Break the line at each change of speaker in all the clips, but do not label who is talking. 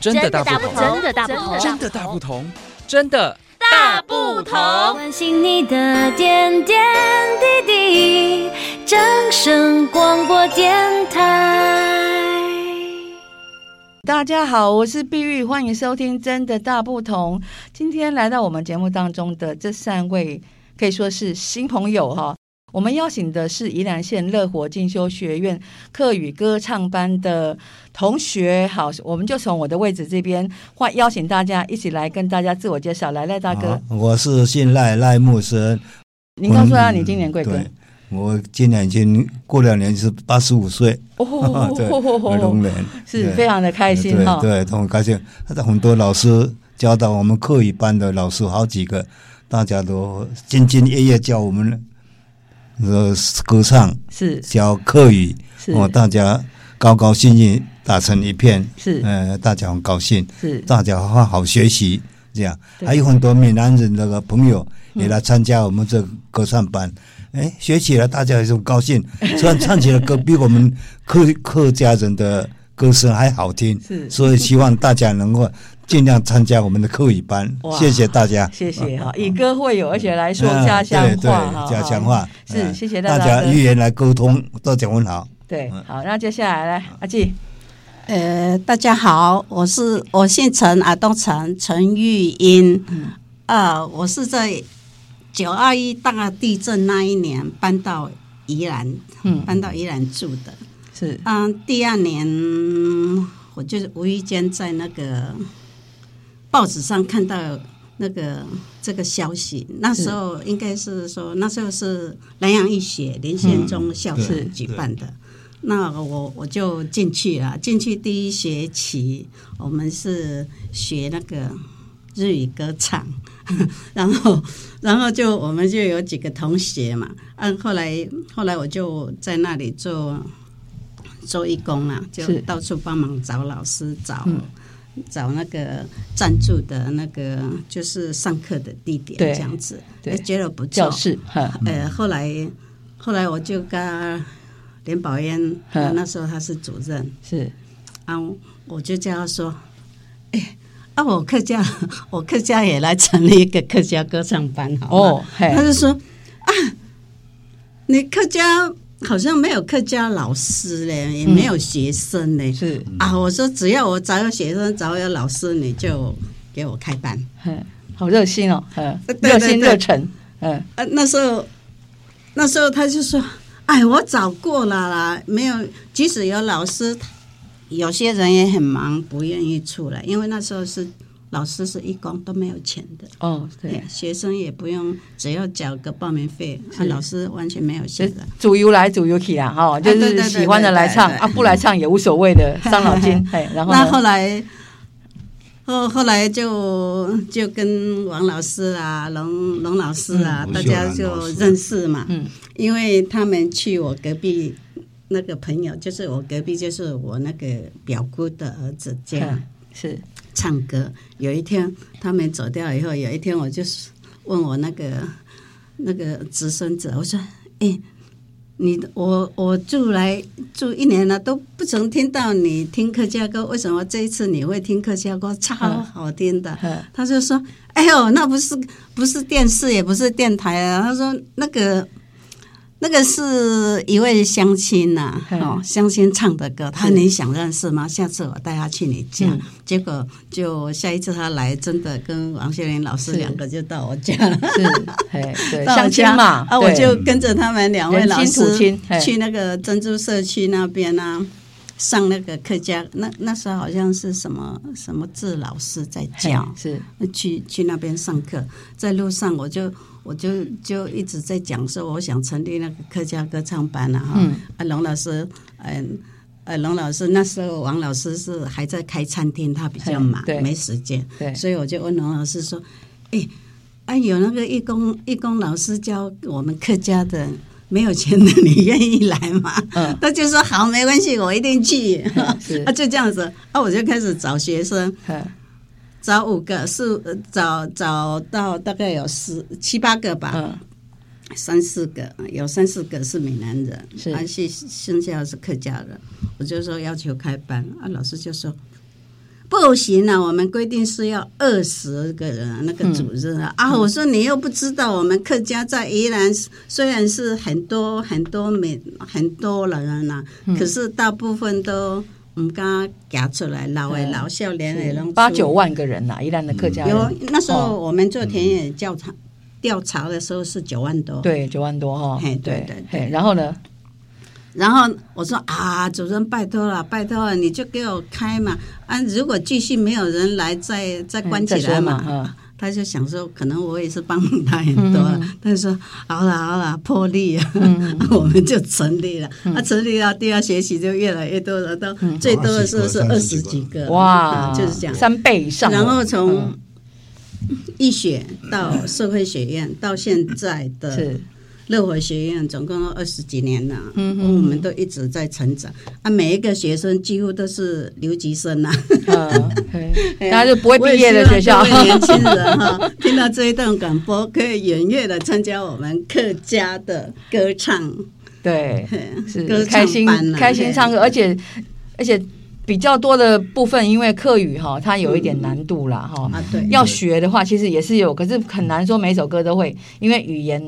真的大不同，
真的大不同，
真的大不同，真的
大不同。
关心你的点点滴滴，掌声广播电台。
大家好，我是碧玉，欢迎收听《真的大不同》。今天来到我们节目当中的这三位可以说是新朋友哈、我们邀请的是宜兰县乐活进修学院课语歌唱班的同学。好，我们就从我的位置这边欢邀请大家一起来跟大家自我介绍。来，赖大哥，
好我是信赖赖木生。
您告诉他你今年贵庚？
对我今年已经过两年是八十五岁，
哦
对，儿童人
是非常的开心哈、
对对，很开心。很多老师教导我们课语班的老师好几个，大家都兢兢业业教我们呃歌唱，
是
教课语，
是
哦，大家高高兴兴打成一片，
是
呃，大家很高兴，
是
大家好好学习，这样
对嗯
还有很多闽南人那个朋友也来参加我们这个歌唱班。哎，学起来大家也很 高兴，虽然唱起来歌比我们客客家人的歌声还好听，
是
所以希望大家能够尽量参加我们的课语班
哇，
谢谢大家，
谢 谢哈，以歌会友，而且来说家乡
嗯对
话
对
哈，
家乡话
是
嗯
谢谢大
大
家
家
的
语言来沟通，多讲问好。
对
嗯，
好，那接下来来阿纪，
呃，大家好，我是我姓陈啊，东陈陈玉英，呃，我是在九二一大地震那一年搬到宜兰，
嗯
搬到宜兰住的。
是
嗯、第二年我就是无意间在那个报纸上看到那个这个消息，那时候应该是说那时候是南洋义学林宪忠校
对
长举办的。那我我就进去了，进去第一学期我们是学那个日语歌唱， 然后然后就我们就有几个同学嘛，嗯，后来后来我就在那里做做义工啦，就是到处帮忙找老师，找、
嗯
找那个赞助的那个就是上课的地点
对
这样子，
对
也觉得不
哎
错。
教室，嗯哈，
呃，后来后来我就跟连宝燕，
嗯
那时候她是主任，
是
啊，我就叫他说，哎、啊，我客家， 我客家也来成立一个客家歌唱班好吗
哦嘿
他就说啊，你客家好像没有客家老师嘞，也没有学生嘞，
嗯是，
啊，我说只要我找有学生，找有老师，你就给我开班。
嗯，好热心哦，嗯，
对对
热心
对
热忱，嗯，
呃，那时候，那时候他就说：“哎，我找过了啦，没有。即使有老师，有些人也很忙，不愿意出来，因为那时候是老师是义工，都没有钱的，
哦，对，
学生也不用，只要缴个报名费，啊、老师完全没有
就
钱
是
的。
主游来主游去啦，哈，就
啊对对
是
对
喜欢的来唱
对对对
啊，不来唱也无所谓 的，伤脑筋，哎，然后
那后
呢，
来。”后后来就就跟王老师啊、龙龙老师啊，
嗯
大家
吴秀兰老
就
师
认识嘛。
嗯，
因为他们去我隔壁那个朋友，就是我隔壁就是我那个表姑的儿子家
嗯 是
唱歌。有一天他们走掉以后，有一天我就是问我那个那个侄孙子，我说：“哎、你我我住来住一年了，都不曾听到你听客家歌，为什么这一次你会听客家歌？超好听的。
嗯
他就说：“哎呦，那不是不是电视，也不是电台啊。”他说：“那个那个是一位乡亲呐、
嗯
哦，乡亲唱的歌。他说你想认识吗？下次我带他去你家。
嗯
结果就下一次他来，真的跟王秀莲老师
是
两个就到我家了。
是，哎，对，
到
相
我
亲
家
嘛，
啊，我
对
就跟着他们两位
人
老
亲土
师
亲嘿
去那个珍珠社区那边啊，上那个客家，那那时候好像是什么什么字老师在
嘿
教，
是
去去那边上课，在路上我就我就就一直在讲说，我想成立那个客家歌唱班啊，哈、
嗯
啊，龙老师，嗯、呃，龙老师那时候王老师是还在开餐厅，他比较忙
嘿对，
没时间，
对
所以我就问龙老师说，哎、哎，有那个义工义工老师教我们客家的。没有钱的，你愿意来吗？
嗯
他就说好，没关系，我一定去。
是
啊，就这样子，啊，我就开始找学生，
嗯
找五个，四呃找找到大概有十七八个吧，
嗯
三四个，有三四个是闽南人，
是
而啊且剩下的是客家人。我就说要求开班，啊，老师就说步行啊，我们规定是要二十个人啊那个主任
嗯
啊。啊，我说你又不知道，我们客家在宜兰虽然是很多很多美很多人啊，
嗯
可是大部分都我们刚夹出来，老的
嗯
老少年的拢
八九万个人呐、宜兰的客家人，
有。那时候
哦
我们做田野调查调查的时候是九万多，
对，九万多哈、
哦
嗯
嘿对对对
嘿然后呢？
然后我说啊，主任拜托了，拜托了，你就给我开嘛。啊，如果继续没有人来，再再关起
嗯再
来
说
嘛。
嘛
他就想说，可能我也是帮他很多
嗯
了，他就说好了好了，破例啊， 我们就成立了。
嗯
啊，成立了第二学期就越来越多了，到最多的时候是二十几个，
哇，
嗯就是这样。
三倍以上了。
然后从
嗯
医学到社会学院，到现在的
是
乐活学院，总共二十几年了。
嗯
我们都一直在成长啊，每一个学生几乎都是留级生呐、
嗯，嘿
哎 呀
大家就不会毕业的学校
我。也 希望各位年轻人哈，听到这一段广播，可以踊跃的参加我们客家的歌唱，
对，
嘿歌
是
唱
开心
班啊
开心唱歌，而且而且比较多的部分，因为客语哈，它有一点难度啦哈。
啊，对，
要学的话，其实也是有，可是很难说每首歌都会，因为语言。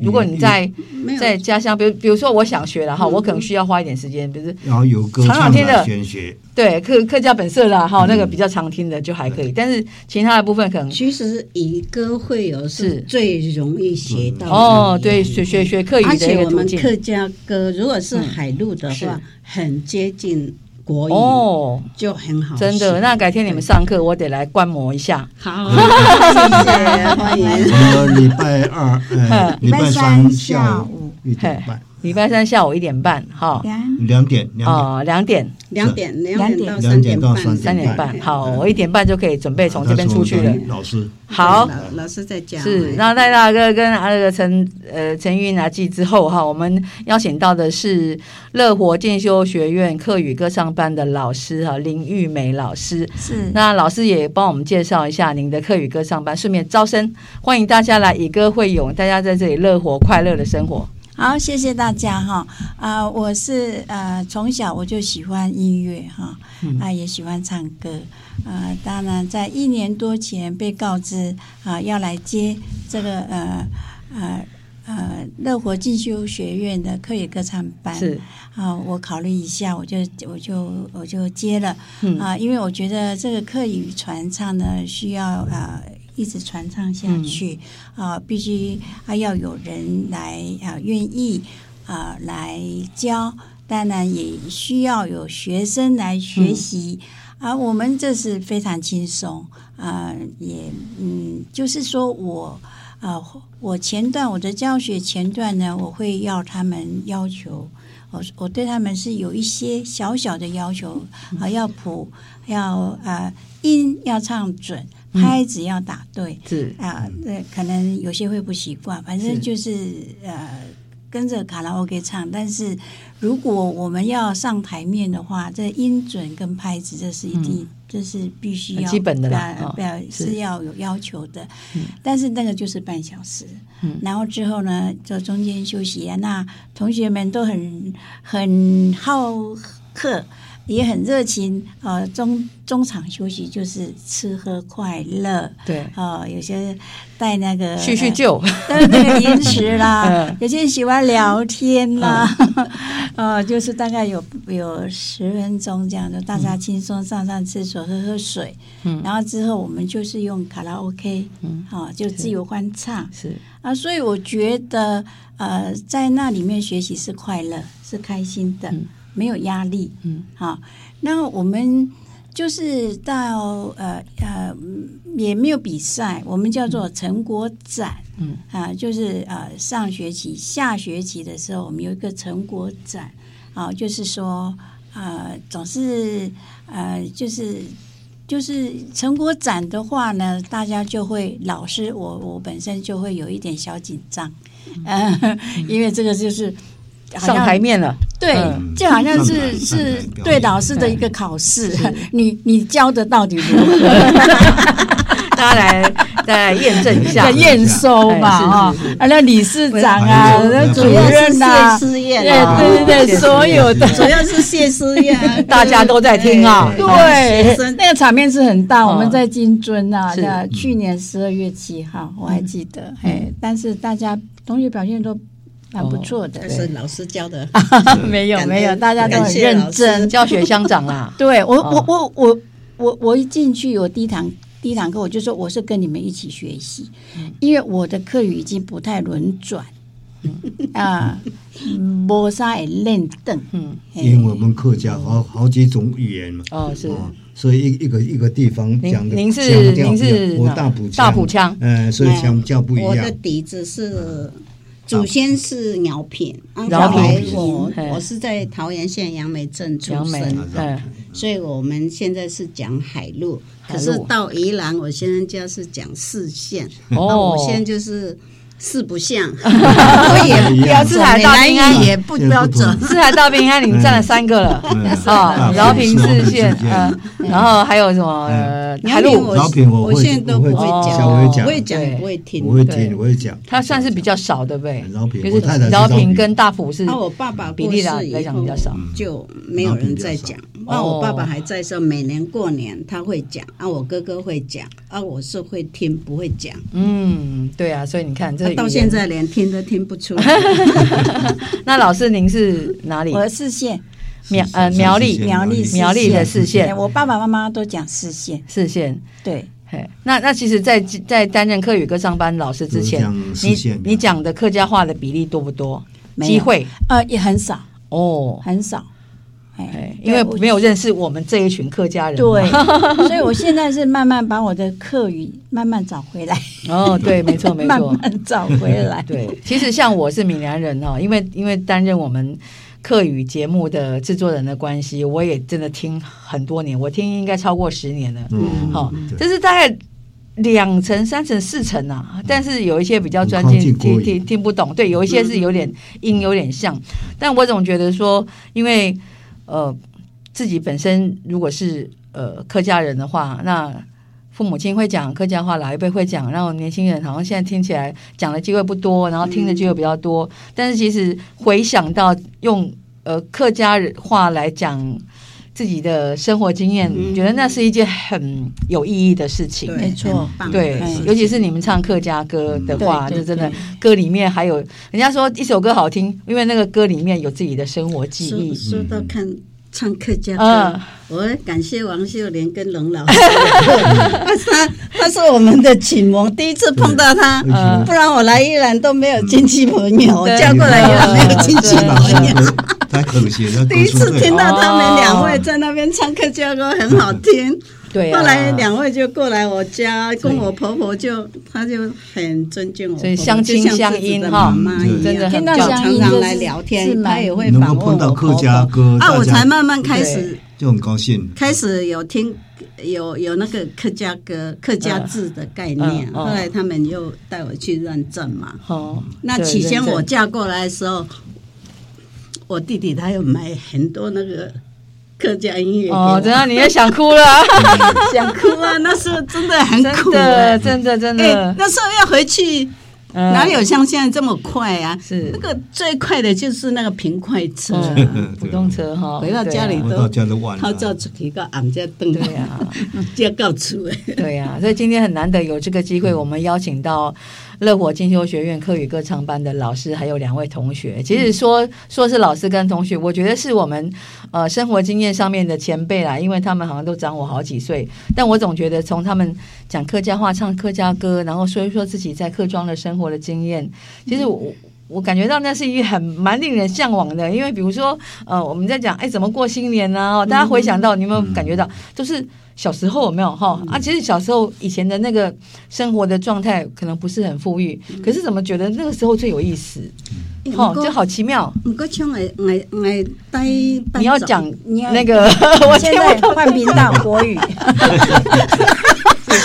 如果你在
嗯没有嗯
在家乡，比如比如说我想学了哈，我可能需要花一点时间，比如
然后有歌
常常
唱
听的
的玄学，
对客客家本色啦哈，那个比较常听的就还可以，但是其他的部分可能
其实以歌会友
嗯是
是最容易学到的
哦，
语
对，
言
学学学客语
而
的一
且
个
我
途
们
径
客家歌如果是海陆的
嗯是
话，很接近国语，
哦，
就很好学。
真的。那改天你们上课，我得来观摩一下。
好，谢谢，欢迎。
我们礼拜二、 呃礼拜三下午一点半、
礼拜三下午一点半，哈，
两点、两
哦，两点、
两点两点到
两
三
点
点
到
半，
三
三点嗯半，
嗯
好，我一点半就可以准备
点，
从这边出去了
他。是我们老师，
好，
老老师在讲哎
是，然后赖大哥跟啊那个陈呃陈玉拿记之后哈，我们邀请到的是乐活进修学院课语歌唱班的老师哈林玉梅老师。
是
那老师也帮我们介绍一下您的课语歌唱班，顺便招生，欢迎大家来以歌会友，大家在这里乐活快乐的生活。
好，谢谢大家哈。啊、我是呃从小我就喜欢音乐哈，
嗯
啊、也喜欢唱歌啊、当然，在一年多前被告知啊、要来接这个呃呃呃乐活进修学院的课语歌唱班
是，
啊、我考虑一下，我就我就我就接了啊、
嗯
因为我觉得这个课语传唱呢，需要啊、一直传唱下去啊、必须啊要有人来啊、愿意啊、来教，当然也需要有学生来学习。啊，我们这是非常轻松啊、也嗯，就是说我啊、我前段我的教学前段呢，我会要他们要求我我对他们是有一些小小的要求啊、要谱，要呃音要唱准，拍子要打对
是嗯
啊，那、可能有些会不习惯，反
是
正就是呃跟着卡拉 OK 唱，但是如果我们要上台面的话，这音准跟拍子这是一定，这是必须要
嗯基本的啦
呃
哦
呃
是
是要有要求的。但是那个就是半小时，
嗯
然后之后呢，就中间休息啊。那同学们都很很好客，也很热情。呃，中中场休息就是吃喝快乐。
对，
哦，有些带那个
叙叙旧，
呃那个零食 啦
嗯，
有些人喜欢聊天啦， 呃，就是大概有有十分钟这样的，大家轻松上上厕所，喝喝水，
嗯
然后之后我们就是用卡拉 OK，
嗯，
好、就自由欢唱
是
啊，所以我觉得呃，在那里面学习是快乐，是开心的，
嗯
没有压力，
嗯，
好，那我们就是到呃呃嗯也没有比赛，我们叫做成果展，
嗯
啊、就是呃上学期下学期的时候，我们有一个成果展，啊、就是说呃总是呃就是。就是成果展的话呢，大家就会老师我我本身就会有一点小紧张，
嗯
呃， 因为这个就是好
上
像
台面了，
对
嗯，
就好像是
上台
是
上台表
对
演
老师的一 个考试
是，
你你教的到底如何？
大家来对，验证一下
要
要。验收嘛
哎
啊
是是是，
啊，那理事长啊，
不是
那
不是
主
主要是
任啊
谢，师宴啊，
对对对
谢
对，
师
所有的
主要是谢师宴啊，
大家都在听啊
对
对
学生，
那个场面是很大。
嗯
我们在金尊啊，
是嗯
那去年十二月七号我还记得，哎，但是大家同学表现都蛮
哦
不错的
但，是老师教的，
没有
感
没有，
恩
大家都
感
很
谢啊
认
老师
真。
教学乡长啦，
对我
哦
我我我我我一进去，我第一堂第一堂课我就说我是跟你们一起学习，
嗯
因为我的课语已经不太轮转 啊，没啥会练凳，
嗯，
嘿
因为我们客家好好几种语言嘛，
哦是
哦，所以一一个一个地方
您
讲的
您是
腔调
您
不一样
是
我
哪
大埔
大埔腔
嗯，所以腔调不一
我的
样。
底子是。祖先是饶平，啊
饶
后来
平
我
嘿
我是在桃园县杨梅镇出
杨梅
生，
哎
所以我们现在是讲海陆，
海
可
陆
是到宜兰，我先生家是讲四县，那
哦
我，现在就是四 不像，我也不标准，
四海大
闽
兵啊
南语也不标准，
四海大兵安岭占了三个了
嗯
啊，
嗯
饶平
饶
四
平
县
四，县
嗯，然后还有什么呃海
饶平
陆，
我
老品我会，
我现在都不会
讲
我会
我
讲，
会
哦
讲
对
也不会 听
我。会
对
听，我会讲。
它算是比较少，对不对？
饶平
就
我太太
是
是
饶
饶
平
平
跟大埔是
啊，我爸爸
比
过
例来
世
来
以
讲比
后
较少，嗯哦
就没有人在讲。啊，我爸爸还在说，每年过年他会讲，啊，我哥哥会讲，啊，我是会听不会讲，
嗯，对啊，所以你看这
啊
语
到
言
现，在连听都听不 出来。
那老师您是哪里？
我是县
苗呃苗栗
苗栗
苗栗的四县
哎我爸爸妈妈都讲四县，
四县。
对，
嘿，那那其实在，在担任客语歌上班老师之前
有讲，四
你
县的
你讲的客家话的比例多不多？
没有
机会
呃，也很少
哦，
很少，
哎
哎，
因为
对我
没有认识我们这一群客家人。
对，，所以我现在是慢慢把我的课语慢慢找回来，
哦，对，没错，没
慢
错，
慢找回 来，
对。其实像我是闽南人哦，因为因为担任我们客语节目的制作人的关系，我也真的听很多年，我听应该超过十年了。
嗯，
好、
对
这是大概两层、三层、四层啊，但是有一些比较专
很
精，
嗯靠近
听
国语嗯
听听不懂，对，有一些是有点音，有点像，但我总觉得说，因为呃，自己本身如果是呃客家人的话，那。父母亲会讲客家话，老一辈会讲，然后年轻人好像现在听起来讲的机会不多，然后听的机会比较多。但是其实回想到用呃客家人话来讲自己的生活经验，
嗯
觉得那是一件很有意义的事情。
对
没错，
很棒
对
哎，
尤其是你们唱客家歌的话，
对
就
对
真的歌里面还有人家说一首歌好听，因为那个歌里面有自己的生活记
说
忆。
说到看唱客家
嗯
歌，我感谢王秀莲跟龙老 师，他他是我们的启蒙，第一次碰到他，
嗯
不然我来宜兰都没有亲戚朋友，我
嗯对
嫁过来宜兰没有亲戚
老师
朋友。
都太可惜 了，
第一次听到他们两位
哦
在那边唱客家歌，很好听。
对啊，
后来两位就过来我家，跟我婆婆就，她就很尊敬我婆婆，
所以相亲
就像
相
自己
因
的
哈
妈妈一样，
真的很
听到
棒
相
常
应
常
就
来
是
聊
是
天，她
蛮
也会
嗯能够
访问
碰到
我
客
婆
家
婆。
歌，
啊，
大
我
家
才慢慢开始
就很高兴。
开始有听有有那个客家歌、客家字的概念
嗯，嗯
后来他们又带我去认证嘛。
哦，
那
对
起先
认真
我嫁过来的时候，我弟弟他有买很多那个客家音乐给
哦，
我，
等下你也想哭 了，
想哭啊！ 那时候真的很
真
苦、
的，
哎
真的，真
哎
的，
那时候要回去，
嗯
哪有像现在这么快啊？
是
那个最快的就是那个平快车，
嗯普通车哈？啊
回到家里
我到家都晚
他
了，
照出去个俺家凳，
对啊，
就到处哎。
对呀、所以今天很难得有这个机
嗯
会，我们邀请到乐活进修学院科语歌唱班的老师，还有两位同学。其
嗯
实说说是老师跟同学，我觉得是我们呃生活经验上面的前辈啦，因为他们好像都长我好几岁，但我总觉得从他们讲客家话、唱客家歌，然后说一说自己在客庄的生活的经验，其实
嗯
我。我感觉到那是一个很蛮令人向往的，因为比如说，呃，我们在讲哎怎么过新年呢、
嗯
哦大家回想到，你有没有感觉到，就是小时候有没有
嗯
哈啊？其实小时候以前的那个生活的状态可能不是很富裕，可是怎么觉得那个时候最有意思？哈、就好奇妙。
嗯不过像我我我带班
你要
长
讲
你要
那 个，我
现
听不
在
懂
换频道国语，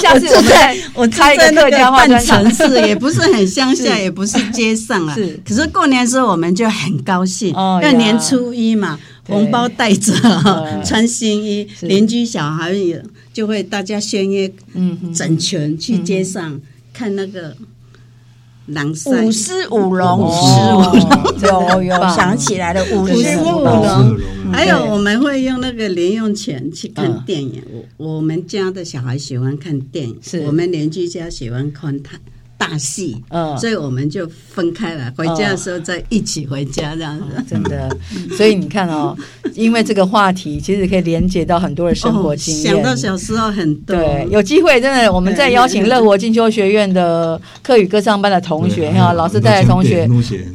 下次我们再
我住
开一
在
个
那
客
个
家话
半
专场
城。市，也不是很乡下，
是
也不是街上啊。
是
可是过年的时候我们就很高兴，
哦
因为
呀
年初一嘛，
对
红包带着啊，
嗯
穿新衣，
是
邻居小孩也就会大家相约
嗯哼，
整群去
嗯
街上看那个狼山
舞狮舞龙，
舞
狮舞龙
有有
真棒
想起来了，舞
舞
狮
狮
舞
舞
龙，
龙
龙
还有
嗯对
我们会用那个零用钱去
嗯
看电影。我我们家的小孩喜欢看电影，
是
我们邻居家喜欢看大大戏，
嗯
所以我们就分开了。回家的时候再一起回家这样子。
真的，所以你看哦，因为这个话题，其实可以连接到很多的生活经验。
哦想到小时候很多，
对，有机会真的，我们再邀请乐活进修学院的课语歌唱班的同学哈，嗯老师带的同学，